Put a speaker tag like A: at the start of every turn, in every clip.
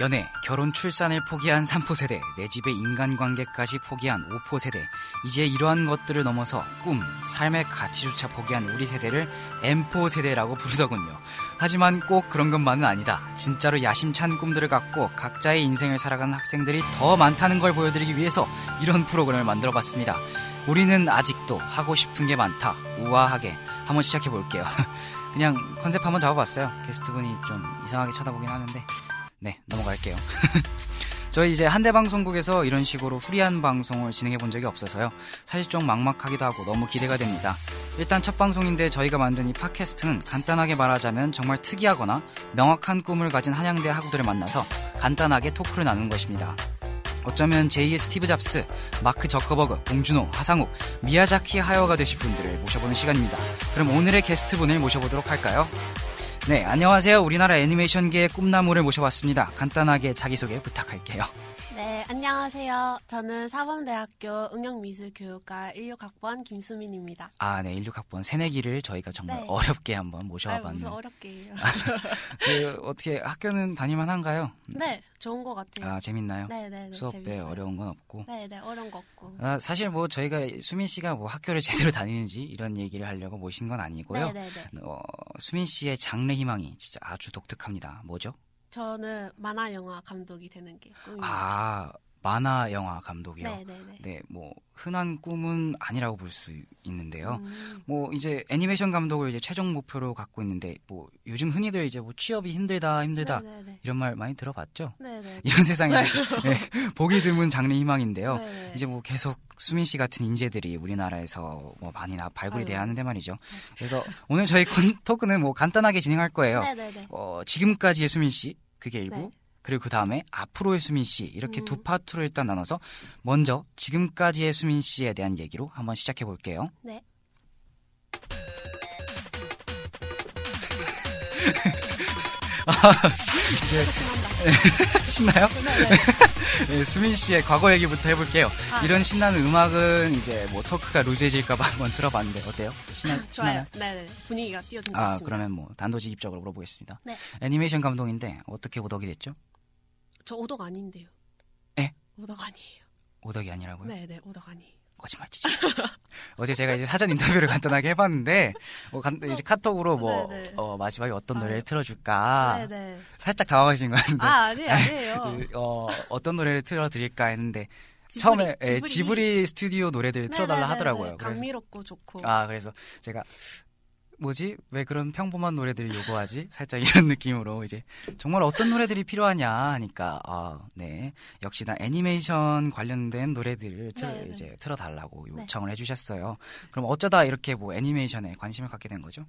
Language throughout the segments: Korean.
A: 연애, 결혼, 출산을 포기한 3포 세대, 내 집의 인간관계까지 포기한 5포 세대, 이제 이러한 것들을 넘어서 꿈, 삶의 가치조차 포기한 우리 세대를 M포 세대라고 부르더군요. 하지만 꼭 그런 것만은 아니다. 진짜로 야심찬 꿈들을 갖고 각자의 인생을 살아가는 학생들이 더 많다는 걸 보여드리기 위해서 이런 프로그램을 만들어 봤습니다. 우리는 아직도 하고 싶은 게 많다. 우아하게. 한번 시작해 볼게요. 그냥 컨셉 한번 잡아봤어요. 게스트분이 좀 이상하게 쳐다보긴 하는데. 네, 넘어갈게요. 저희 이제 한대 방송국에서 이런 식으로 후리한 방송을 진행해 본 적이 없어서요. 사실 좀 막막하기도 하고 너무 기대가 됩니다. 일단 첫 방송인데 저희가 만든 이 팟캐스트는 간단하게 말하자면 정말 특이하거나 명확한 꿈을 가진 한양대 학우들을 만나서 간단하게 토크를 나눈 것입니다. 어쩌면 제2의 스티브 잡스, 마크 저커버그, 봉준호, 하상욱, 미야자키 하여가 되실 분들을 모셔보는 시간입니다. 그럼 오늘의 게스트분을 모셔보도록 할까요? 네, 안녕하세요. 우리나라 애니메이션계의 꿈나무를 모셔봤습니다. 간단하게 자기소개 부탁할게요.
B: 네, 안녕하세요. 저는 사범대학교 응용미술교육과 16학번 김수민입니다.
A: 아, 네, 16학번 새내기를 저희가 정말
B: 네.
A: 어렵게 한번
B: 아유,
A: 모셔봤는데
B: 무슨 어렵게 해요.
A: 그, 어떻게 학교는 다닐만한가요?
B: 네, 좋은 것 같아요.
A: 아, 재밌나요?
B: 네, 네, 네.
A: 수업에
B: 재밌어요.
A: 어려운 건 없고.
B: 네, 네, 어려운 거 없고.
A: 아, 사실 뭐 저희가 수민 씨가 뭐 학교를 제대로 다니는지 이런 얘기를 하려고 모신 건 아니고요.
B: 네, 네, 네.
A: 어, 수민 씨의 장래 희망이 진짜 아주 독특합니다. 뭐죠?
B: 저는 만화 영화 감독이 되는 게 꿈입니다.
A: 아, 만화 영화 감독이요.
B: 음. 네, 네, 네.
A: 네, 뭐 흔한 꿈은 아니라고 볼 수 있는데요.
B: 음,
A: 뭐 이제 애니메이션 감독을 이제 최종 목표로 갖고 있는데 뭐 요즘 흔히들 이제 뭐 취업이 힘들다 힘들다
B: 네, 네,
A: 이런 말 많이 들어봤죠?
B: 네, 네.
A: 이런 세상에 네, 보기 드문 장래 희망인데요.
B: 네, 네.
A: 이제 뭐 계속 수민 씨 같은 인재들이 우리나라에서 뭐 많이 나 발굴이
B: 아유. 네.
A: 돼야 하는데 말이죠. 그래서 오늘 저희 콘- 토크는 뭐 간단하게 진행할 거예요.
B: 네, 네, 네.
A: 어, 지금까지의 수민 씨 그게 일부
B: 네.
A: 그리고 그 다음에 앞으로의 수민 씨 이렇게 두
B: 음.
A: 파트로 일단 나눠서 먼저 지금까지의 수민 씨에 대한 얘기로 한번 시작해 볼게요.
B: 네. 조심한다.
A: 신나요?
B: 네, 네.
A: 네, 수민 씨의 과거 얘기부터 해볼게요.
B: 아.
A: 이런 신나는 음악은 이제 뭐 토크가 루즈해질까봐 한번 들어봤는데 어때요? 신나,
B: 좋아요.
A: 신나요?
B: 네, 네. 네. 분위기가 뛰어든 것
A: 아
B: 같습니다.
A: 그러면 뭐 단도직입적으로 물어보겠습니다.
B: 네.
A: 애니메이션 감독인데 어떻게 오덕이 됐죠?
B: 저 오덕 아닌데요.
A: 에?
B: 오덕 아니에요.
A: 오덕이 아니라고요?
B: 네, 네, 오덕 아니에요.
A: 거짓말치지. 어제 제가 이제 사전 인터뷰를 간단하게 해봤는데 뭐 간- 이제 카톡으로 뭐
B: 네네.
A: 어, 마지막에 어떤
B: 아.
A: 노래를 틀어줄까
B: 네, 네.
A: 살짝 당황하신 것 같은데
B: 아, 아니에요, 아니에요.
A: 그, 어, 어떤 노래를 틀어드릴까 했는데
B: 지브리,
A: 처음에 예, 지브리, 스튜디오 노래들 틀어달라
B: 네네네네.
A: 하더라고요. 그래서,
B: 감미롭고 좋고.
A: 아 그래서 제가 뭐지 왜 그런 평범한 노래들을 요구하지? 살짝 이런 느낌으로 이제 정말 어떤 노래들이 필요하냐 하니까 아네 역시나 애니메이션 관련된 노래들을 틀,
B: 네네.
A: 이제 틀어달라고
B: 네.
A: 요청을 해주셨어요. 그럼 어쩌다 이렇게 뭐 애니메이션에 관심을 갖게 된 거죠?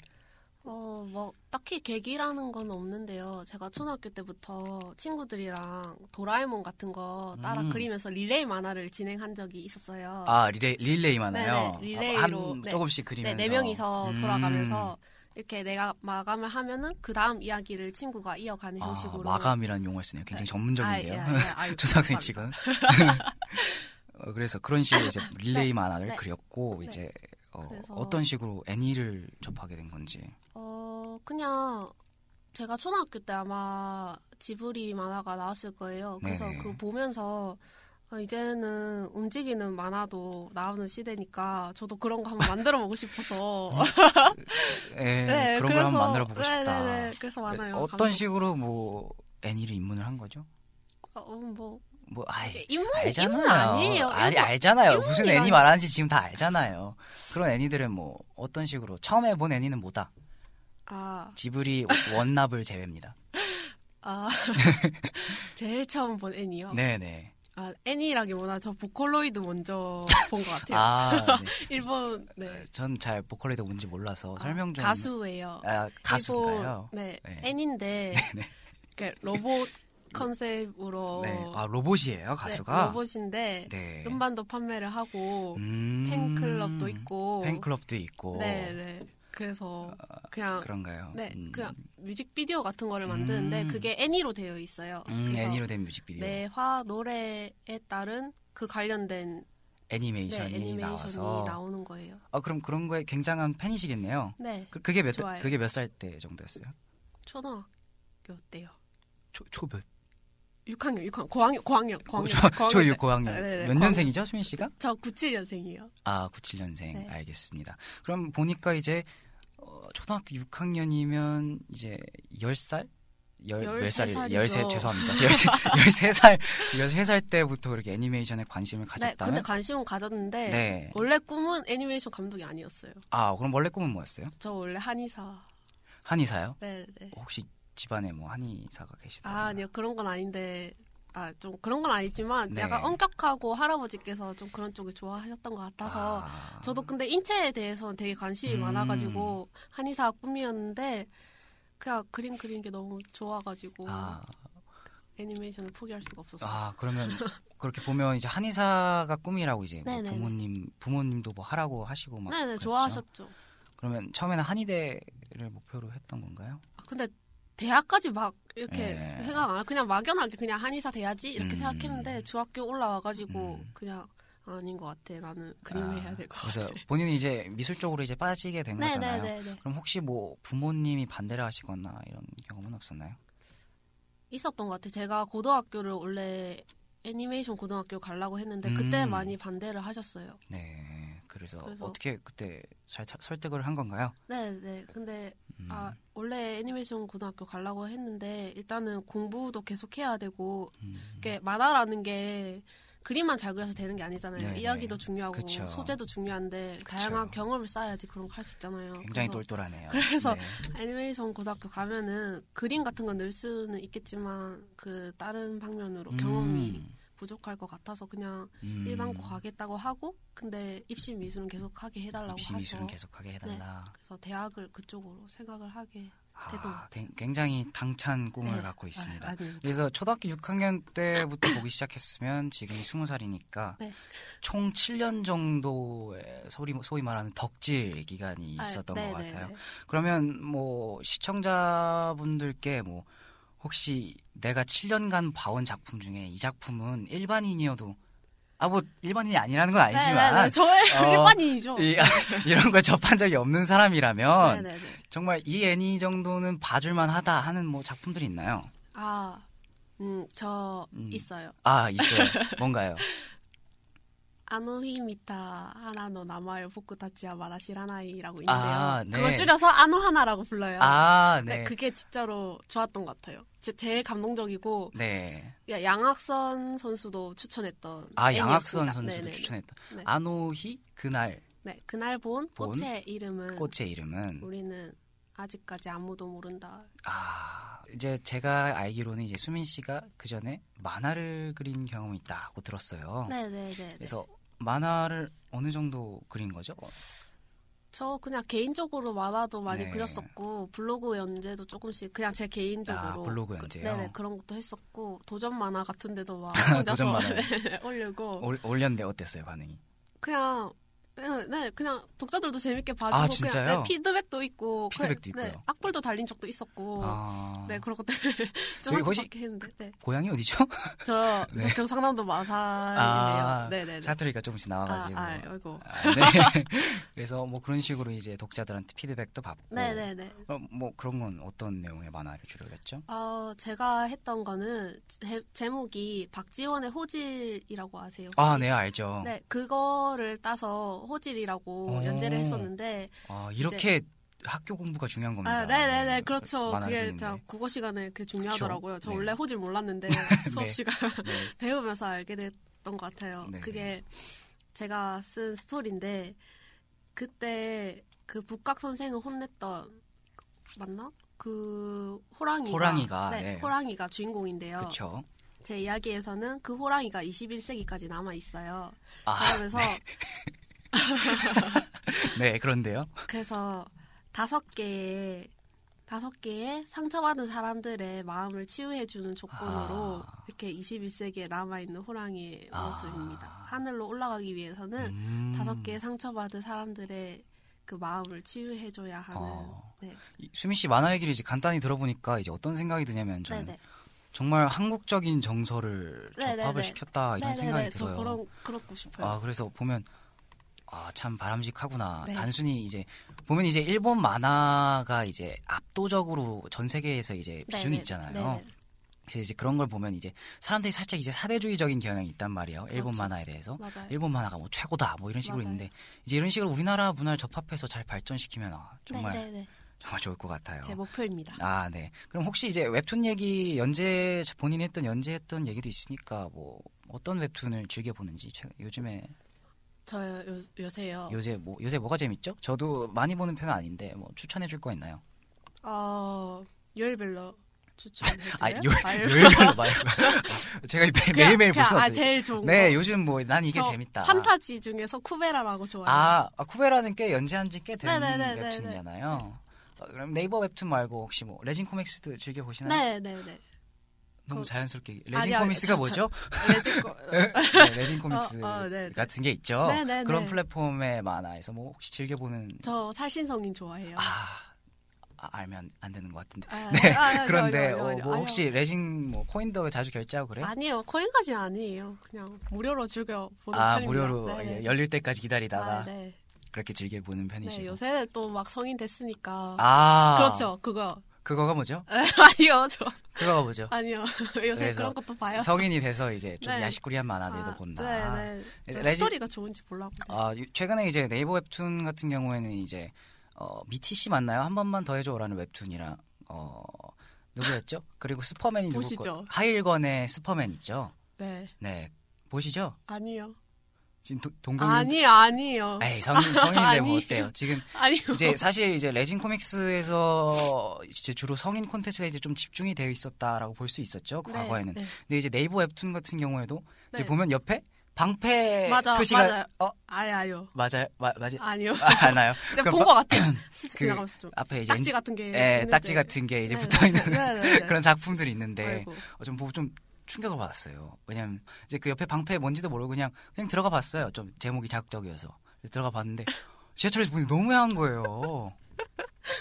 B: 어, 뭐 딱히 계기라는 건 없는데요. 제가 초등학교 때부터 친구들이랑 도라에몽 같은 거 따라
A: 음.
B: 그리면서 릴레이 만화를 진행한 적이 있었어요.
A: 아 릴레이 릴레이 많아요. 뭐
B: 네네, 릴레이로,
A: 한
B: 네.
A: 조금씩
B: 네,
A: 그리면서
B: 네 명이서
A: 음.
B: 돌아가면서 이렇게 내가 마감을 하면은 그 다음 이야기를 친구가 이어가는
A: 아,
B: 형식으로
A: 마감이라는 용어를 쓰네요. 굉장히
B: 네.
A: 전문적인데요.
B: 아, 예, 아, 예, 아유,
A: 초등학생
B: 죄송합니다.
A: 치곤. 어, 그래서 그런 식으로 이제 릴레이 만화를
B: 네.
A: 그렸고
B: 네.
A: 이제 어,
B: 그래서-
A: 어떤 식으로 애니를 접하게 된 건지.
B: 어, 그냥 제가 초등학교 때 아마 지브리 만화가 나왔을 거예요. 그래서
A: 네네.
B: 그 보면서 아, 이제는 움직이는 만화도 나오는 시대니까 저도 그런 거 한번 만들어 보고 싶어서
A: 예,
B: 네,
A: 그런 걸
B: 그래서-
A: 한번 만들어 보고 싶다.
B: 네네네, 그래서
A: 그래서
B: 만화요.
A: 어떤 식으로 뭐 애니를 입문을 한 거죠?
B: 어, 뭐
A: 뭐 아예
B: 인문 인문
A: 알잖아요.
B: 아니에요.
A: 알,
B: 인문-
A: 알잖아요. 무슨
B: 일본이라니.
A: 애니 말하는지 지금 다 알잖아요. 그런 애니들은 뭐 어떤 식으로 처음에 본 애니는 뭐다.
B: 아,
A: 지브리 원납을 제외입니다.
B: 아. 제일 처음 본 애니요.
A: 네네.
B: 아, 애니라기보다 저 보컬로이드 먼저 본 것 같아요.
A: 아, 네.
B: 일본 네.
A: 전 잘 보컬리드 뭔지 몰라서
B: 아,
A: 설명 좀.
B: 가수예요.
A: 아, 가수인가요?
B: 일본, 네,
A: 네.
B: 애니인데
A: 네.
B: 이렇게 로봇 컨셉으로
A: 네. 아, 로봇이에요,
B: 어. 네,
A: 가수가?
B: 로봇인데
A: 네.
B: 음반도 판매를 하고
A: 음.
B: 팬클럽도 있고
A: 팬클럽도 있고.
B: 네, 네. 그래서 그냥
A: 그런가요?
B: 네,
A: 음.
B: 그냥 뮤직비디오 같은 거를 만드는데
A: 음.
B: 그게 애니로 되어 있어요.
A: 음,
B: 그래서 네.
A: 애니로 된 뮤직비디오.
B: 매화 노래에 따른 그 관련된
A: 애니메이션이,
B: 네, 애니메이션이
A: 나와서.
B: 나오는 거예요.
A: 아, 그럼 그런 거에 굉장한 팬이시겠네요.
B: 네,
A: 그, 그게 몇,
B: 좋아요.
A: 그게 몇 살 때 정도였어요?
B: 초등학교 때요.
A: 초, 초몇?
B: 6학년, 6학년, 고학년, 고학년,
A: 어,
B: 고학년.
A: 초,
B: 고학년
A: 초
B: 때.
A: 6, 고학년.
B: 아, 네네,
A: 몇
B: 고학년.
A: 년생이죠, 수민 씨가?
B: 저 97년생이에요.
A: 아, 97년생.
B: 네.
A: 알겠습니다. 그럼 보니까 이제 어, 초등학교 6학년이면 이제 10살? 열, 몇
B: 열세
A: 살이-
B: 살이죠.
A: 열세, 죄송합니다. 13, 13살, 13살 때부터 그렇게 애니메이션에 관심을
B: 네,
A: 가졌다면?
B: 근데 관심은 가졌는데
A: 아, 네.
B: 원래 꿈은 애니메이션 감독이 아니었어요.
A: 아, 그럼 원래 꿈은 뭐였어요?
B: 저 원래 한의사.
A: 한의사요?
B: 네, 네.
A: 혹시 집안에 뭐 한의사가 계시다면?
B: 아, 아니요. 그런 건 아닌데. 아, 좀 그런 건 아니지만
A: 네.
B: 약간 엄격하고 할아버지께서 좀 그런 쪽을 좋아하셨던 것 같아서
A: 아.
B: 저도 근데 인체에 대해서는 되게 관심이
A: 음.
B: 많아가지고 한의사 꿈이었는데 그냥 그림 그리는 게 너무 좋아가지고
A: 아,
B: 애니메이션을 포기할 수가 뭐 없었어요.
A: 아, 그러면 그렇게 보면 이제 한의사가 꿈이라고 이제 뭐
B: 네네네.
A: 부모님 부모님도 뭐 그렇죠. 하라고 하시고 막
B: 네네
A: 그랬죠?
B: 좋아하셨죠.
A: 그러면 처음에는 한의대를 목표로 했던 건가요?
B: 아, 근데 대학까지 막 이렇게
A: 네.
B: 생각 안 하고 그냥 막연하게 그냥 한의사 돼야지 이렇게
A: 음.
B: 생각했는데 중학교 올라와가지고
A: 음.
B: 그냥 아닌 것 같아. 나는 그림 을
A: 아,
B: 해야 될 것
A: 그래서
B: 같아.
A: 본인이 이제 미술 쪽으로 이제 빠지게 된 거잖아요.
B: 네네네네.
A: 그럼 혹시 뭐 부모님이 반대를 하시거나 이런 경험은 없었나요?
B: 있었던 것 같아. 제가 고등학교를 원래 애니메이션 고등학교 가려고 했는데 그때
A: 음.
B: 많이 반대를 하셨어요.
A: 네. 그래서,
B: 그래서-
A: 어떻게 그때 잘 차- 설득을 한 건가요?
B: 네, 네. 근데
A: 음,
B: 아 원래 애니메이션 고등학교 가려고 했는데 일단은 공부도 계속 해야 되고
A: 음.
B: 이게 만화라는 게 그림만 잘 그려서 되는 게 아니잖아요.
A: 네,
B: 이야기도
A: 네.
B: 중요하고
A: 그쵸.
B: 소재도 중요한데 다양한 경험을 쌓아야지 그런 거 할 수 있잖아요.
A: 굉장히
B: 그래서
A: 똘똘하네요.
B: 그래서
A: 네.
B: 애니메이션 고등학교 가면은 그림 같은 건 늘 수는 있겠지만 그 다른 방면으로
A: 음,
B: 경험이 부족할 것 같아서 그냥
A: 음.
B: 일반고 가겠다고 하고 근데 입시 미술은 계속 하게 해달라고
A: 입시
B: 하죠.
A: 미술은 계속하게 해달라.
B: 그래서 대학을 그쪽으로 생각을 하게 되던 것
A: 아,
B: 같아요.
A: 굉- 굉장히 당찬 꿈을
B: 네.
A: 갖고 있습니다.
B: 아, 아닙니다.
A: 그래서 초등학교 6학년 때부터 보기 시작했으면 지금이 20살이니까
B: 네.
A: 총 7년 정도의 소리, 소위 말하는 덕질 기간이 있었던
B: 아, 네,
A: 것
B: 네,
A: 같아요.
B: 네.
A: 그러면 뭐 시청자분들께 뭐 혹시 내가 7년간 봐온 작품 중에 이 작품은 일반인이어도 아 뭐 일반인이 아니라는 건
B: 네, 네, 네.
A: 아니지만
B: 저의
A: 어,
B: 일반인이죠.
A: 이, 이런 걸 접한 적이 없는 사람이라면
B: 네, 네, 네.
A: 정말 이 애니 정도는 봐줄만 하다 하는 뭐 작품들이 있나요?
B: 아, 음, 저
A: 음.
B: 있어요.
A: 아, 있어요. 뭔가요?
B: 아노히미타 하나노 나마요 보쿠타치와 마라시라나이라고 있는데요.
A: 아, 네.
B: 그걸 줄여서 아노 하나라고 불러요.
A: 아,
B: 네,
A: 네.
B: 그게 진짜로 좋았던 것 같아요. 제, 제일 감동적이고
A: 네.
B: 야, 양학선 선수도 추천했던
A: 아,
B: 애니였습니다.
A: 양학선 선수도
B: 네네네.
A: 추천했다.
B: 네.
A: 아노히 그날
B: 네, 그날 본,
A: 본?
B: 꽃의 이름은
A: 꽃의 이름은
B: 우리는 아직까지 아무도 모른다.
A: 아, 이제 제가 알기로는 이제 수민 씨가 그 전에 만화를 그린 경험이 있다고 들었어요.
B: 네네네.
A: 그래서 만화를 어느 정도 그린 거죠?
B: 저 그냥 개인적으로 만화도 많이
A: 네.
B: 그렸었고 블로그 연재도 조금씩 그냥 제 개인적으로
A: 아, 블로그 연재요?
B: 그, 네네 그런 것도 했었고 도전 만화 같은 데도 막
A: 도전
B: 혼자서
A: 만화요? 어.
B: 네, 올리고
A: 올, 올렸는데 어땠어요, 반응이?
B: 그냥 네, 네, 그냥 독자들도 재밌게 봐주고
A: 아,
B: 그냥
A: 진짜요?
B: 네, 피드백도 있고
A: 피드백도
B: 그냥, 네,
A: 있고요.
B: 악플도 달린 적도 있었고
A: 아.
B: 네 그런 것들 좀
A: 저기
B: 한지
A: 혹시
B: 밖에 했는데 네.
A: 고향이 어디죠?
B: 저,
A: 네.
B: 저 경상남도
A: 아,
B: 마산이네요 네네네
A: 사투리가 조금씩 나와
B: 아,
A: 가지고.
B: 아, 아이고
A: 아, 네. 그래서 뭐 그런 식으로 이제 독자들한테 피드백도 받고
B: 네네네
A: 어, 뭐 그런 건 어떤 내용의 만화를 주로 했죠?
B: 어, 제가 했던 거는 제, 제목이 박지원의 호질이라고 아세요? 혹시?
A: 아, 네, 알죠.
B: 네, 그거를 따서 호질이라고
A: 오.
B: 연재를 했었는데
A: 아, 이렇게 학교 공부가 중요한 겁니다.
B: 아, 네, 네, 네. 그렇죠.
A: 만화를
B: 그게
A: 그리는데.
B: 자 국어 시간에 그게 중요하더라고요. 저
A: 네.
B: 원래 호질 몰랐는데 수업
A: 네.
B: 시간
A: 네.
B: 배우면서 알게 됐던 것 같아요.
A: 네.
B: 그게 제가 쓴 스토리인데 그때 그 북각 선생을 혼냈던 맞나? 그 호랑이가
A: 호랑이가,
B: 네,
A: 네.
B: 호랑이가 주인공인데요.
A: 그렇죠.
B: 제 이야기에서는 그 호랑이가 21세기까지 남아 있어요.
A: 아,
B: 그러면서
A: 네, 그런데요.
B: 그래서 다섯 개의 다섯 개의 상처받은 사람들의 마음을 치유해 주는 조건으로
A: 아.
B: 이렇게 21세기에 남아 있는 호랑이의
A: 아.
B: 모습입니다. 하늘로 올라가기 위해서는
A: 음.
B: 네, 다섯 개의 상처받은 사람들의 그 마음을 치유해 줘야 하는
A: 어.
B: 네.
A: 이 수민 씨 만화 얘기를 이제 간단히 들어보니까 이제 어떤 생각이 드냐면 저는
B: 네네.
A: 정말 한국적인 정서를
C: 네, 네,
A: 접합을
C: 네.
A: 시켰다 아, 이런 생각이
B: 저
A: 들어요.
B: 그런 그렇고 싶어요.
A: 아 그래서 보면 아 참 바람직하구나.
C: 네.
A: 단순히 이제 보면 이제 일본 만화가 이제 압도적으로 전 세계에서 이제
B: 네,
A: 비중이 있잖아요. 그래서 이제 그런 걸 보면 이제 사람들이 살짝 이제 사대주의적인 경향이 있단 말이에요. 일본
B: 그렇죠.
A: 만화에 대해서
B: 맞아요.
A: 일본 만화가 뭐 최고다 뭐 이런 식으로
B: 맞아요.
A: 있는데 이제 이런 식으로 우리나라 문화를 접합해서 잘 발전시키면 아, 정말
C: 네네네.
A: 정말 좋을 것 같아요.
B: 제 목표입니다.
A: 아, 네. 그럼 혹시 이제 웹툰 얘기 연재 본인이 했던 연재했던 얘기도 있으니까 뭐 어떤 웹툰을 즐겨 보는지 최- 요즘에
B: 저 요, 요새요.
A: 요새 뭐 요새 뭐가 재밌죠? 저도 많이 보는 편은 아닌데 뭐 추천해 줄 거 있나요?
B: 어, 요일별로 추천해드려요?
A: 아, 요
B: 아유.
A: 요일별로 말해. 제가 매-
B: 그냥-
A: 매일매일
B: 그냥,
A: 볼수
B: 아,
A: 없어요.
B: 제일 좋은
A: 네,
B: 거.
A: 요즘 뭐 난 이게
B: 저
A: 재밌다.
B: 판타지 중에서 쿠베라라고 좋아해요.
A: 아, 아, 쿠베라는 꽤 연재한 지 꽤 된
C: 네네네네네.
A: 웹툰이잖아요. 어, 그럼 네이버 웹툰 말고 혹시 뭐 레진 코믹스도 즐겨 보시나요?
B: 네네네.
A: 너무
B: 그-
A: 자연스럽게 레진
B: 아니요,
A: 코믹스가
B: 저- 저-
A: 뭐죠?
B: 레지코.
A: 네, 레진 코믹스
B: 어, 어, 네, 네.
A: 같은 게 있죠.
C: 네, 네,
A: 그런
C: 네.
A: 플랫폼의 만화에서 뭐 혹시 즐겨 보는
B: 저 살신성인 좋아해요.
A: 아, 아, 알면 안 되는 것 같은데.
B: 아,
A: 네,
B: 아, 아니요,
A: 그런데
B: 아니요,
A: 어,
B: 아니요,
A: 뭐
B: 아니요.
A: 혹시 레진 뭐 코인도 자주 결제하고 그래?
B: 아니요 코인까지 아니에요. 그냥 무료로 즐겨 보는
A: 아,
B: 편입니다.
A: 무료로
B: 네, 네.
A: 예, 열릴 때까지 기다리다가
C: 아, 네.
A: 그렇게 즐겨 보는 편이시고.
B: 네, 요새 또 막 성인 됐으니까.
A: 아,
B: 그렇죠, 그거.
A: 그거가 뭐죠?
B: 아니요, 저
A: 그거가 뭐죠?
B: 아니요. 요새
A: 그래서
B: 그런 것도 봐요.
A: 성인이 돼서 이제 좀
B: 네.
A: 야식구리한 만화들도 본다.
B: 네, 네.
A: 그래서
B: 저
A: 레지-
B: 스토리가 좋은지 몰라고.
A: 아, 유- 최근에 이제 네이버 웹툰 같은 경우에는 이제 어, 미티 씨 맞나요? 한 번만 더 해줘라는 웹툰이랑 어, 누구였죠? 그리고 스퍼맨이 누구
B: 보시죠.
A: 거- 하일건의 스퍼맨 있죠?
B: 네,
A: 네, 보시죠.
B: 아니요.
A: 지금 도- 동공님.
B: 아니, 아니요.
A: 에이 성인 성인인데 뭐
B: 아니에요.
A: 어때요? 지금
B: 아니요.
A: 이제 사실 이제 레진 코믹스에서 이제 주로 성인 콘텐츠가 이제 좀 집중이 되어 있었다라고 볼 수 있었죠. 그
B: 네,
A: 과거에는.
B: 네.
A: 근데 이제 네이버 웹툰 같은 경우에도 이제
B: 네.
A: 보면 옆에 방패
B: 맞아,
A: 표시가
B: 맞아요.
A: 어
B: 아니, 아요
A: 맞아요 마- 맞아요
B: 아니요.
A: 아, 아나요?
B: 그냥
A: 그럼
B: 본것
A: 바-
B: 같아요. 스치
A: 그-
B: 지나가면서 좀.
A: 앞에 이제
B: 딱지 같은 게.
A: 예,
B: 있는데.
A: 딱지 같은 게 이제
B: 네,
A: 붙어 있는
B: 네, 네, 네.
A: 그런 작품들이 있는데
B: 아이고.
A: 어, 좀 보고 좀 충격을 받았어요. 왜냐면 이제 그 옆에 방패 뭔지도 모르고 그냥 그냥 들어가 봤어요. 좀 제목이 자극적이어서 그래서 들어가 봤는데 지하철에서 보니 너무 야한 거예요.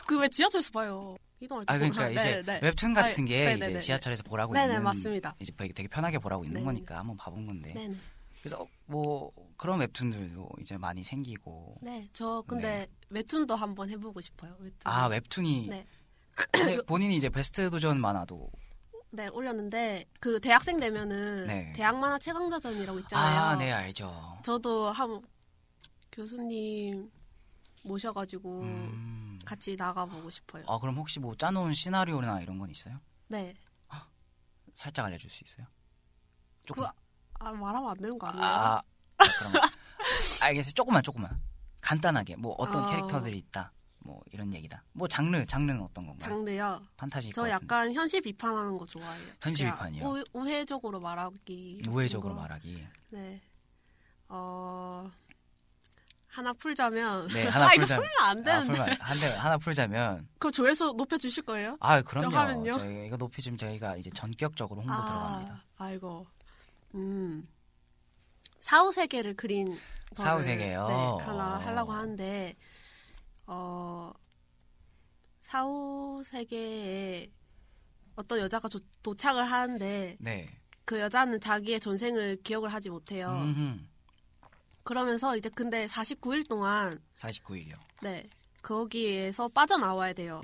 B: 그 왜 지하철에서 봐요. 이동할 때.
A: 아 그러니까
B: 보면.
A: 이제
B: 네, 네.
A: 웹툰 같은
B: 아,
A: 게
B: 네, 네,
A: 이제
B: 네.
A: 지하철에서 보라고
B: 네, 네,
A: 있는
B: 맞습니다.
A: 이제 되게, 되게 편하게 보라고 있는
B: 네, 네.
A: 거니까 한번 봐본 건데
B: 네네.
A: 그래서 뭐 그런 웹툰들도 이제 많이 생기고
B: 네, 저 근데 웹툰도 한번 해보고 싶어요. 웹툰.
A: 아 웹툰이
B: 네.
A: 근데 본인이 이제 베스트 도전 만화도
B: 네, 올렸는데 그 대학생 되면은
A: 네.
B: 대학 만화 최강자전이라고 있잖아요.
A: 아 네 알죠.
B: 저도 한 교수님 모셔가지고
A: 음.
B: 같이 나가보고 싶어요.
A: 아 그럼 혹시 뭐 짜놓은 시나리오나 이런 건 있어요?
B: 네.
A: 살짝 알려줄 수 있어요? 조금
B: 그- 아, 말하면 안 되는 거 아니에요?
A: 아, 아, 그럼 알겠어요. 조금만 조금만 간단하게 뭐 어떤
B: 아.
A: 캐릭터들이 있다 뭐 이런 얘기다. 뭐 장르 장르는 어떤 건가요?
B: 장르요.
A: 판타지
B: 저 약간 현실 비판하는 거 좋아해요.
A: 현실
B: 그냥
A: 비판이요?
B: 우, 우회적으로 말하기. 같은
A: 우회적으로
B: 거.
A: 말하기.
B: 네. 어 하나 풀자면
A: 네, 하나
B: 아,
A: 풀자면-
B: 이거 풀면 안
A: 아,
B: 되는데.
A: 풀만 한대 하나 풀자면
B: 그럼 조회수 높여 주실 거예요?
A: 아 그럼요.
B: 저 하면요?
A: 저희 이거 높이 좀 저희가 이제 전격적으로 홍보 들어갑니다.
B: 아, 아이고. 음. 사후 세계를 그린 거를,
A: 사후 세계요?
B: 네, 하나
A: 어.
B: 하려고 하는데 어 사후 세계에 어떤 여자가 조- 도착을 하는데
A: 네.
B: 그 여자는 자기의 전생을 기억을 하지 못해요.
A: 음흠.
B: 그러면서 이제 근데 49일 동안
A: 49일이요.
B: 네 거기에서 빠져나와야 돼요.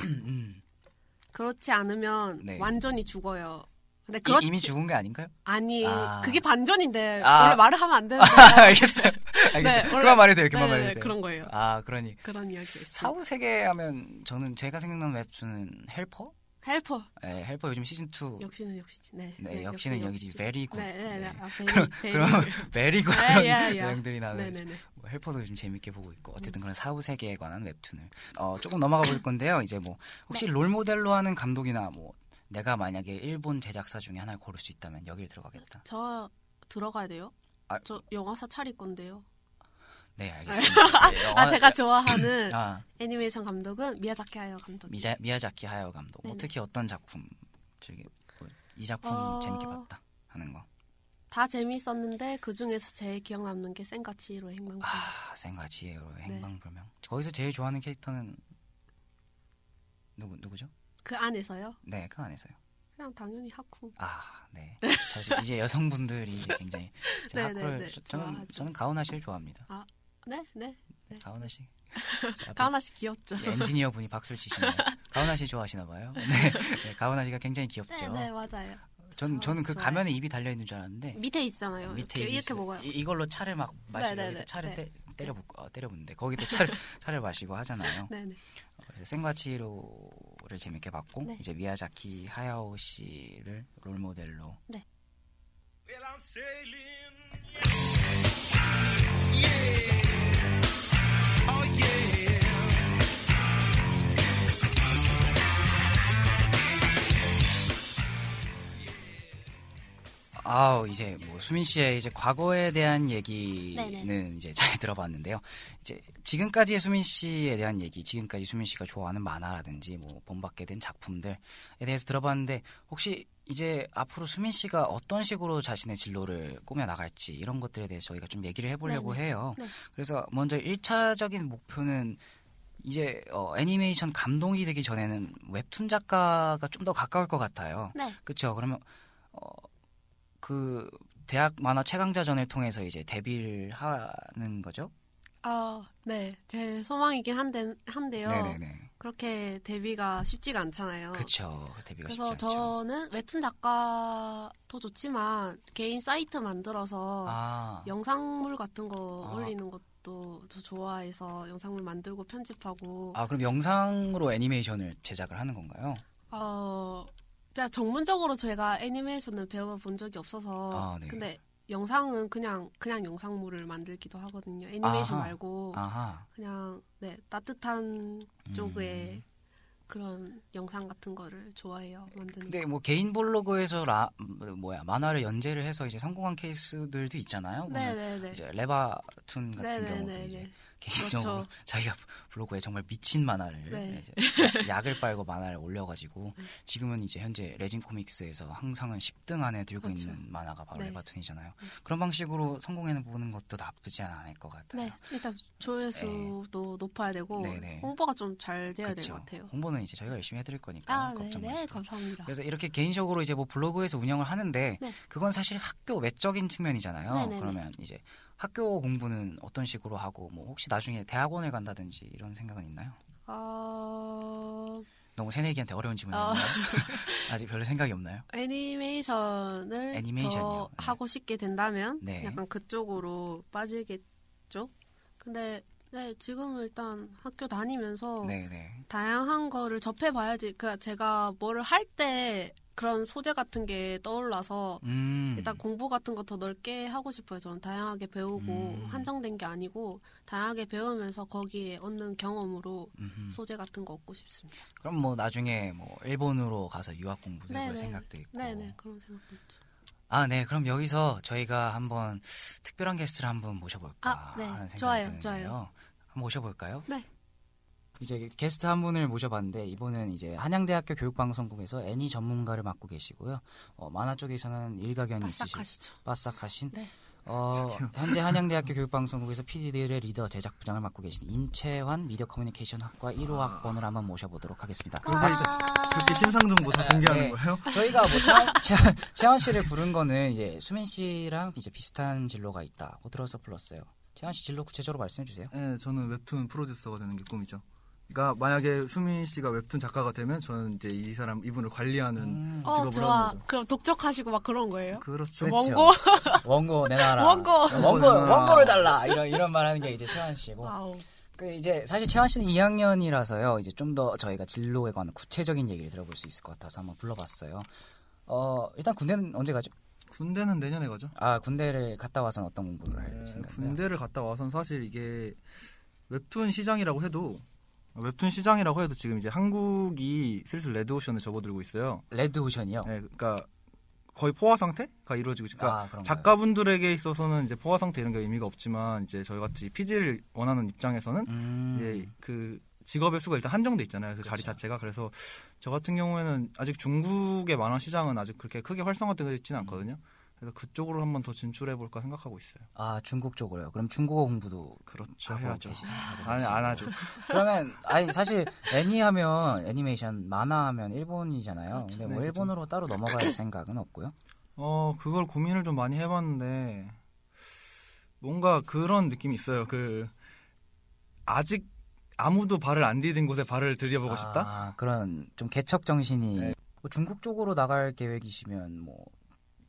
B: 그렇지 않으면
A: 음, 네.
B: 완전히 죽어요. 근데
A: 이-
B: 그렇
A: 이미 죽은 게 아닌가요?
B: 아니
A: 아.
B: 그게 반전인데
A: 아.
B: 원래 말을 하면 안 되는데
A: 알겠어요. 알겠어요.
B: 원래-
A: 그만 말해도 돼요. 그만
B: 아, 네네,
A: 말해도 돼요.
B: 그런 거예요.
A: 아 그러니
B: 그런 이야기가 있어요.
A: 사후 세계 하면 저는 제가 생각나는 웹툰은 헬퍼?
B: 헬퍼
A: 예, 헬퍼 요즘 시즌 2.
B: 역시는 역시지. 네.
A: 네, 역시는 여기지 very good.
B: 네네네.
A: 네.
B: 아,
A: 그럼-
B: 베리,
A: 그럼
B: 베리.
A: very good
B: 아, 야, 야.
A: 내용들이 나는
B: 네네네.
A: 뭐 헬퍼도 요즘 재밌게 보고 있고 어쨌든 그런 사후 세계에 관한 웹툰을 어, 조금 넘어가 볼 건데요. 이제 뭐 혹시
B: 네.
A: 롤 모델로 하는 감독이나 뭐 내가 만약에 일본 제작사 중에 하나를 고를 수 있다면 여길 들어가겠다.
B: 저 들어가야 돼요?
A: 아.
B: 저 영화사 차릴 건데요.
A: 네, 알겠습니다. 네, 영화-
B: 아 제가 좋아하는
A: 아,
B: 애니메이션 감독은 미야자키 하여 감독.
A: 미자, 미야자키 하야 감독. 뭐
B: 네네.
A: 특히 어떤 작품 즐겨 뭐, 이 작품
B: 어.
A: 재밌게 봤다 하는 거.
B: 다 재미있었는데 그 중에서 제일 기억 남는 게 센가치로 행방불명.
A: 아, 센과
B: 네.
A: 지혜로 행방불명. 거기서 제일 좋아하는 캐릭터는 누구 누구죠?
B: 그 안에서요?
A: 네, 그 안에서요.
B: 그냥 당연히 하쿠.
A: 아, 네. 사실 이제 여성분들이 이제 굉장히 저
B: 네,
A: 하쿠를
B: 네, 네.
A: 저- 저는
B: 좋아하죠.
A: 저는 가오나씨를 좋아합니다.
B: 네, 그 네. 네.
A: 가오나씨.
B: 가은아 씨
A: 예,
B: 귀엽죠.
A: 엔지니어 분이 박수를 치시네요. 가오나씨 좋아하시나 봐요. 네, 네 가오나씨가 굉장히 귀엽죠.
B: 네, 네, 맞아요.
A: 전 저는 그
B: 좋아요.
A: 가면에 입이 달려 있는 줄 알았는데
B: 밑에 있잖아요.
A: 밑에
B: 이렇게,
A: 입이
B: 이렇게
A: 있어요.
B: 먹어요.
A: 이, 이걸로 차를 막 마시고
B: 네, 네,
A: 여기다
B: 네,
A: 차를
B: 네.
A: 때, 때려 붓고 어, 때려 붓는데 거기다 차를 차를 마시고 하잖아요.
B: 네, 네.
A: 어, 그래서 생과치로를 재밌게 봤고
B: 네.
A: 이제 미야자키 하야오 씨를 롤 모델로
C: Well, I'm sailing. Yeah. Oh, yeah.
A: 아우 이제 뭐 수민 씨의 이제 과거에 대한 얘기는
B: 네네.
A: 이제 잘 들어봤는데요. 이제 지금까지의 수민 씨에 대한 얘기, 지금까지 수민 씨가 좋아하는 만화라든지 뭐 본받게 된 작품들에 대해서 들어봤는데 혹시 이제 앞으로 수민 씨가 어떤 식으로 자신의 진로를 꾸며 나갈지 이런 것들에 대해서 저희가 좀 얘기를 해보려고
B: 네네.
A: 해요.
B: 네.
A: 그래서 먼저 1차적인 목표는 이제 어, 애니메이션 감독이 되기 전에는 웹툰 작가가 좀 더 가까울 것 같아요.
B: 네.
A: 그렇죠. 그러면 어, 그 대학 만화 최강자전을 통해서 이제 데뷔를 하는 거죠?
B: 아, 네. 제 소망이긴 한데, 한데요.
A: 네네네.
B: 그렇게 데뷔가 쉽지가 않잖아요.
A: 그렇죠. 데뷔가 쉽지
B: 그래서
A: 않죠.
B: 저는 웹툰 작가도 좋지만 개인 사이트 만들어서
A: 아,
B: 영상물 같은 거
A: 아.
B: 올리는 것도 더 좋아해서 영상물 만들고 편집하고
A: 아 그럼 영상으로 애니메이션을 제작을 하는 건가요?
B: 어, 자 전문적으로 제가 애니메이션을 배워본 적이 없어서
A: 아, 네.
B: 근데 영상은 그냥 그냥 영상물을 만들기도 하거든요. 애니메이션
A: 아하.
B: 말고
A: 아하.
B: 그냥 네 따뜻한
A: 음.
B: 쪽의 그런 영상 같은 거를 좋아해요. 만드는.
A: 근데 뭐 개인 블로그에서 라 뭐야 만화를 연재를 해서 이제 성공한 케이스들도 있잖아요. 보면
B: 네네네. 네,
A: 이제 레바툰 같은 경우도 이제 개인적으로
B: 그렇죠.
A: 자기가 블로그에 정말 미친 만화를
B: 네.
A: 이제 약을 빨고 만화를 올려가지고 지금은 이제 현재 레진 코믹스에서 항상은 10등 안에 들고
B: 그렇죠.
A: 있는 만화가 바로
B: 네.
A: 레바툰이잖아요. 그런 방식으로 성공해 보는 것도 나쁘지 않을 것 같아요.
B: 네, 일단 조회수도 높아야 되고
A: 네. 네네.
B: 홍보가 좀 잘 돼야 될
A: 그쵸.
B: 것 같아요.
A: 홍보는 이제 저희가 열심히 해드릴 거니까
B: 아, 네,
A: 걱정
B: 네,
A: 마시고.
B: 감사합니다.
A: 그래서 이렇게 개인적으로 이제 뭐 블로그에서 운영을 하는데
B: 네.
A: 그건 사실 학교 외적인 측면이잖아요.
B: 네네네.
A: 그러면 이제 학교 공부는 어떤 식으로 하고 뭐 혹시 나중에 대학원을 간다든지 이런 생각은 있나요?
B: 어,
A: 너무 새내기한테 어려운 질문이네요.
B: 어.
A: 아직 별로 생각이 없나요?
B: 애니메이션을
A: 애니메이션이요.
B: 더
A: 네.
B: 하고 싶게 된다면
A: 네.
B: 약간 그쪽으로 빠지겠죠. 근데 네, 지금 일단 학교 다니면서
A: 네네.
B: 다양한 거를 접해봐야지. 그 제가 뭐를 할 때 그런 소재 같은 게 떠올라서
A: 음.
B: 일단 공부 같은 거 더 넓게 하고 싶어요. 저는 다양하게 배우고
A: 음.
B: 한정된 게 아니고 다양하게 배우면서 거기에 얻는 경험으로
A: 음흠.
B: 소재 같은 거 얻고 싶습니다.
A: 그럼 뭐 나중에 뭐 일본으로 가서 유학 공부도 해볼
B: 네네.
A: 생각도 있고.
B: 네네 그런 생각도 있죠.
A: 아, 네. 그럼 여기서 저희가 한번 특별한 게스트를 한 분 모셔볼까
B: 아, 네.
A: 하는 생각이
B: 좋아요,
A: 드는데요.
B: 좋아요.
A: 한번 모셔볼까요?
B: 네.
A: 이제 게스트 한 분을 모셔봤는데 이분은 이제 한양대학교 교육방송국에서 애니 전문가를 맡고 계시고요. 어, 만화 쪽에서는 일가견이 있으시고
B: 바싹하시죠.
A: 바싹하신
B: 네.
A: 어, 현재 한양대학교 교육방송국에서 PD들의 리더 제작 부장을 맡고 계신 임채환 미디어 커뮤니케이션 학과 1호
D: 아.
A: 학번을 한번 모셔보도록 하겠습니다. 큰 박수.
D: 그렇게 신상정보
B: 아,
D: 다 공개하는
A: 네.
D: 거예요?
A: 저희가 뭐 채원, 채원, 채원 씨를 부른 거는 이제 수민 씨랑 이제 비슷한 진로가 있다고 들어서 불렀어요. 채원 씨 진로 구체적으로 말씀해 주세요.
D: 네, 저는 웹툰 프로듀서가 되는 게 꿈이죠. 그러니까 만약에 수민 씨가 웹툰 작가가 되면 저는 이제 이 사람 이분을 관리하는
B: 어
D: 직업을
B: 좋아. 네,
D: 하는 거죠.
B: 그럼 독촉하시고 막 그런 거예요?
D: 그렇죠.
A: 그렇죠.
B: 원고?
A: 원고 내놔라.
B: 원고.
A: 원고,
D: 내놔라.
A: 원고를 달라. 이런 이런 말하는 게 이제 채원 씨고.
B: 와우.
A: 그 이제 사실 채원 씨는 2학년이라서요. 이제 좀 더 저희가 진로에 관한 구체적인 얘기를 들어볼 수 있을 것 같아서 한번 불러봤어요. 어 일단 군대는 언제 가죠?
D: 군대는 내년에 가죠.
A: 아 군대를 갔다 와서는 어떤 공부를 할
D: 네,
A: 생각인가요?
D: 군대를 갔다 와선 사실 이게 웹툰 시장이라고 해도 웹툰 시장이라고 해도 지금 이제 한국이 슬슬 레드오션에 접어들고 있어요.
A: 레드 오션이요.
D: 네, 그러니까 거의 포화 상태가 이루어지고 있으니까
A: 아, 그런가요?
D: 작가분들에게 있어서는 이제 포화 상태 이런 게 의미가 없지만 이제 저희 같이 PD를 원하는 입장에서는
A: 음.
D: 이제 그 직업의 수가 일단 한정돼 있잖아요. 그 자리
A: 그렇죠.
D: 자체가 그래서 저 같은 경우에는 아직 중국의 만화 시장은 아직 그렇게 크게 활성화되어 있지는 않거든요. 그래서 그쪽으로 한번 더 진출해 볼까 생각하고 있어요.
A: 아 중국 쪽으로요. 그럼 중국어 공부도
D: 그렇죠.
A: 하고 그렇죠.
D: 해야죠.
A: 계시.
D: 아니 안 하죠.
A: 그러면 아니 사실 애니 하면 애니메이션 만화 하면 일본이잖아요. 근데 뭐
D: 네,
A: 일본으로 따로 넘어갈 생각은 없고요.
D: 어 그걸 고민을 좀 많이 해봤는데 뭔가 그런 느낌이 있어요. 그 아직 아무도 발을 안 디딘 곳에 발을 들여보고 싶다. 네.
A: 아, 그런 좀 개척 정신이 뭐 중국 쪽으로 나갈 계획이시면 뭐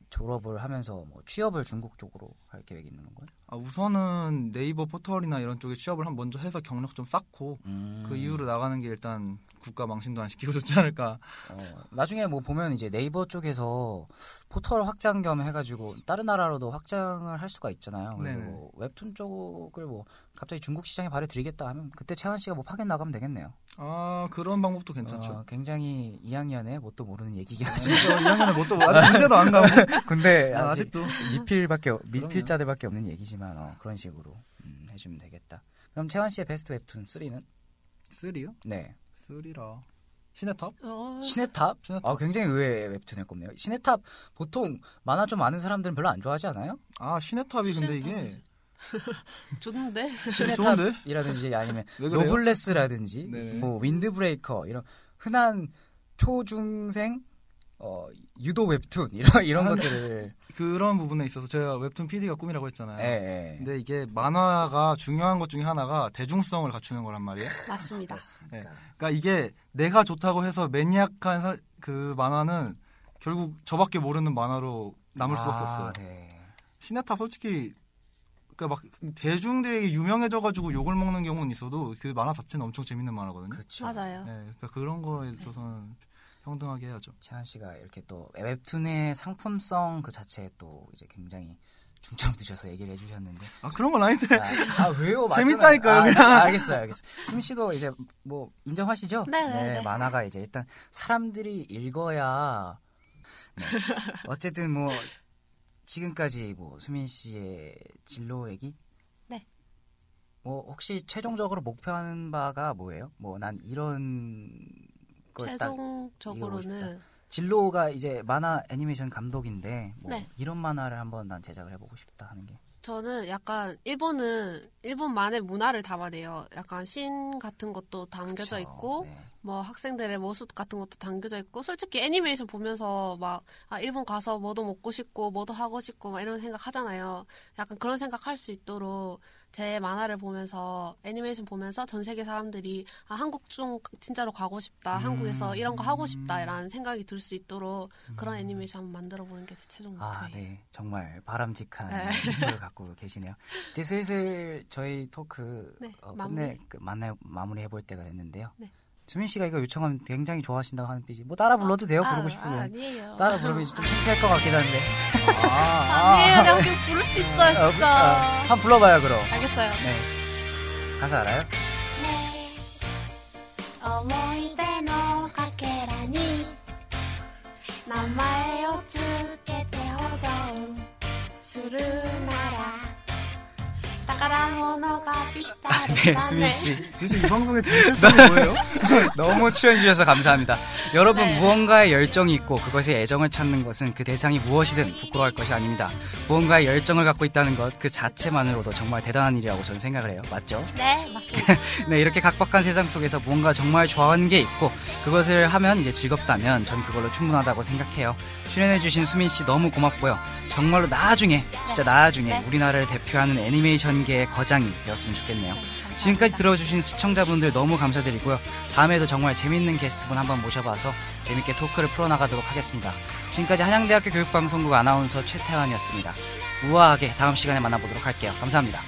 A: 졸업을 하면서 뭐 취업을 중국 쪽으로 할 계획이 있는 건가요?
D: 아, 우선은 네이버 포털이나 이런 쪽에 취업을 한 먼저 해서 경력 좀 쌓고
A: 음,
D: 그 이후로 나가는 게 일단 국가 망신도 안 시키고 좋지 않을까.
A: 어, 나중에 뭐 보면 이제 네이버 쪽에서 포털 확장 겸 해가지고 다른 나라로도 확장을 할 수가 있잖아요. 그래서
D: 네네.
A: 뭐 웹툰 쪽을 뭐 갑자기 중국 시장에 발을 들이겠다 하면 그때 채환 씨가 뭐 파견 나가면 되겠네요.
D: 아 그런 방법도 괜찮죠. 네.
A: 어, 굉장히 2학년에 뭣도 모르는 얘기긴 하죠.
D: 진짜 2학년에 못또 뭐 아직 군대도 안 가고
A: 근데 네,
D: 아,
A: 아직
D: 아직도
A: 미필밖에 미필자들밖에 없는 얘기지만 어, 그런 식으로 음, 해주면 되겠다. 그럼 채환 씨의 베스트 웹툰 3는
D: 쓰리요?
A: 네
D: 쓰리라 시네탑?
B: 어,
A: 신의 탑.
D: 신의 탑.
A: 아 굉장히 의외의 웹툰일 겁네요. 신의 탑 보통 만화 좀 아는 사람들은 별로 안 좋아하지 않아요?
D: 아 시네탑이 근데 이게
B: 시네탑이지. 좋은데?
A: 신의
D: 좋은데?
A: 탑이라든지 아니면
D: 왜 그래요?
A: 노블레스라든지
D: 네네.
A: 뭐 윈드브레이커 이런 흔한 초중생 어, 유도 웹툰 이런 이런
D: 아,
A: 것들을
D: 그런 부분에 있어서 제가 웹툰 PD가 꿈이라고
A: 예,
D: 했잖아요. 네.
A: 예.
D: 근데 이게 만화가 중요한 것 중에 하나가 대중성을 갖추는 거란 말이에요.
B: 맞습니다.
A: 그렇습니까?
D: 그러니까 이게 내가 좋다고 해서 매니악한 사- 그 만화는 결국 저밖에 모르는 만화로 남을 수밖에
A: 아,
D: 없어요.
A: 네.
D: 시네탑 솔직히 그러니까 막 대중들에게 유명해져가지고 욕을 먹는 경우는 있어도 그 만화 자체는 엄청 재밌는 만화거든요.
A: 그렇죠.
B: 맞아요.
D: 네, 그러니까 그런 거에 있어서는 평등하게 해야죠.
A: 채한 씨가 이렇게 또 웹툰의 상품성 그 자체에 또 이제 굉장히 중점 두셔서 얘기를 해주셨는데
D: 아 그런 건 아닌데.
A: 아, 아, 왜요? 맞잖아요.
D: 재밌다니까요,
A: 아,
D: 그냥.
A: 아, 알겠어요, 알겠어요. 심 씨도 이제 뭐 인정하시죠?
B: 네, 네, 네.
A: 만화가 이제 일단 사람들이 읽어야 네. 어쨌든 뭐 지금까지 뭐 수민 씨의 진로 얘기.
B: 네.
A: 뭐 혹시 최종적으로 목표하는 바가 뭐예요? 뭐 난 이런 걸딱
B: 최종적으로는
A: 진로가 이제 만화 애니메이션 감독인데 뭐
B: 네.
A: 이런 만화를 한번 난 제작을 해보고 싶다 하는 게
B: 저는 약간 일본은 일본만의 문화를 담아내요. 약간 신 같은 것도 담겨져
A: 그쵸.
B: 있고
A: 네.
B: 뭐 학생들의 모습 같은 것도 담겨져 있고 솔직히 애니메이션 보면서 막 아, 일본 가서 뭐도 먹고 싶고 뭐도 하고 싶고 막 이런 생각 하잖아요. 약간 그런 생각 할 수 있도록 제 만화를 보면서 애니메이션 보면서 전 세계 사람들이 아, 한국 좀 진짜로 가고
A: 음.
B: 싶다. 한국에서 이런 거 하고 싶다라는 생각이 들 수 있도록 그런 애니메이션 한번 만들어 보는 게 제 최종 목표예요.
A: 음. 아, 네. 정말 바람직한
B: 네.
A: 목표를 갖고 계시네요. 이제 슬슬 저희 토크
B: 네,
A: 어,
B: 마무리.
A: 끝내 그, 만나 마무리 해볼 때가 됐는데요.
B: 네.
A: 주민 씨가 이거 요청하면 굉장히 좋아하신다고 하는 삐지. 뭐 따라 불러도 돼요. 부르고 싶으면.
B: 아니에요. 아,
A: 따라 부르면 좀 창피할 것 같긴 한데.
B: 아니에요. 내가 지금 부를 수 있어요, 진짜.
A: 아, 한번 불러봐요, 그럼.
B: 알겠어요.
A: 네. 가사 알아요?
E: ねえ思い出のかけらに名前をつけて保存するなら宝物がぴった
A: 네,
E: りだ
B: 네.
E: ね
D: 대체 이 방송의 정체성이 뭐예요?
A: 너무 출연해주셔서 감사합니다. 여러분,
B: 네.
A: 무언가에 열정이 있고 그것에 애정을 찾는 것은 그 대상이 무엇이든 부끄러워할 것이 아닙니다. 무언가에 열정을 갖고 있다는 것 그 자체만으로도 정말 대단한 일이라고 저는 생각을 해요. 맞죠?
B: 네, 맞습니다.
A: 네, 이렇게 각박한 세상 속에서 뭔가 정말 좋아하는 게 있고 그것을 하면 이제 즐겁다면 전 그걸로 충분하다고 생각해요. 출연해주신 수민 씨 너무 고맙고요. 정말로 나중에, 진짜 나중에 우리나라를 대표하는 애니메이션계의 거장이 되었으면 좋겠네요. 지금까지 들어주신 시청자분들 너무 감사드리고요. 다음에도 정말 재밌는 게스트분 한번 모셔봐서 재밌게 토크를 풀어나가도록 하겠습니다. 지금까지 한양대학교 교육방송국 아나운서 최태환이었습니다. 우아하게 다음 시간에 만나보도록 할게요. 감사합니다.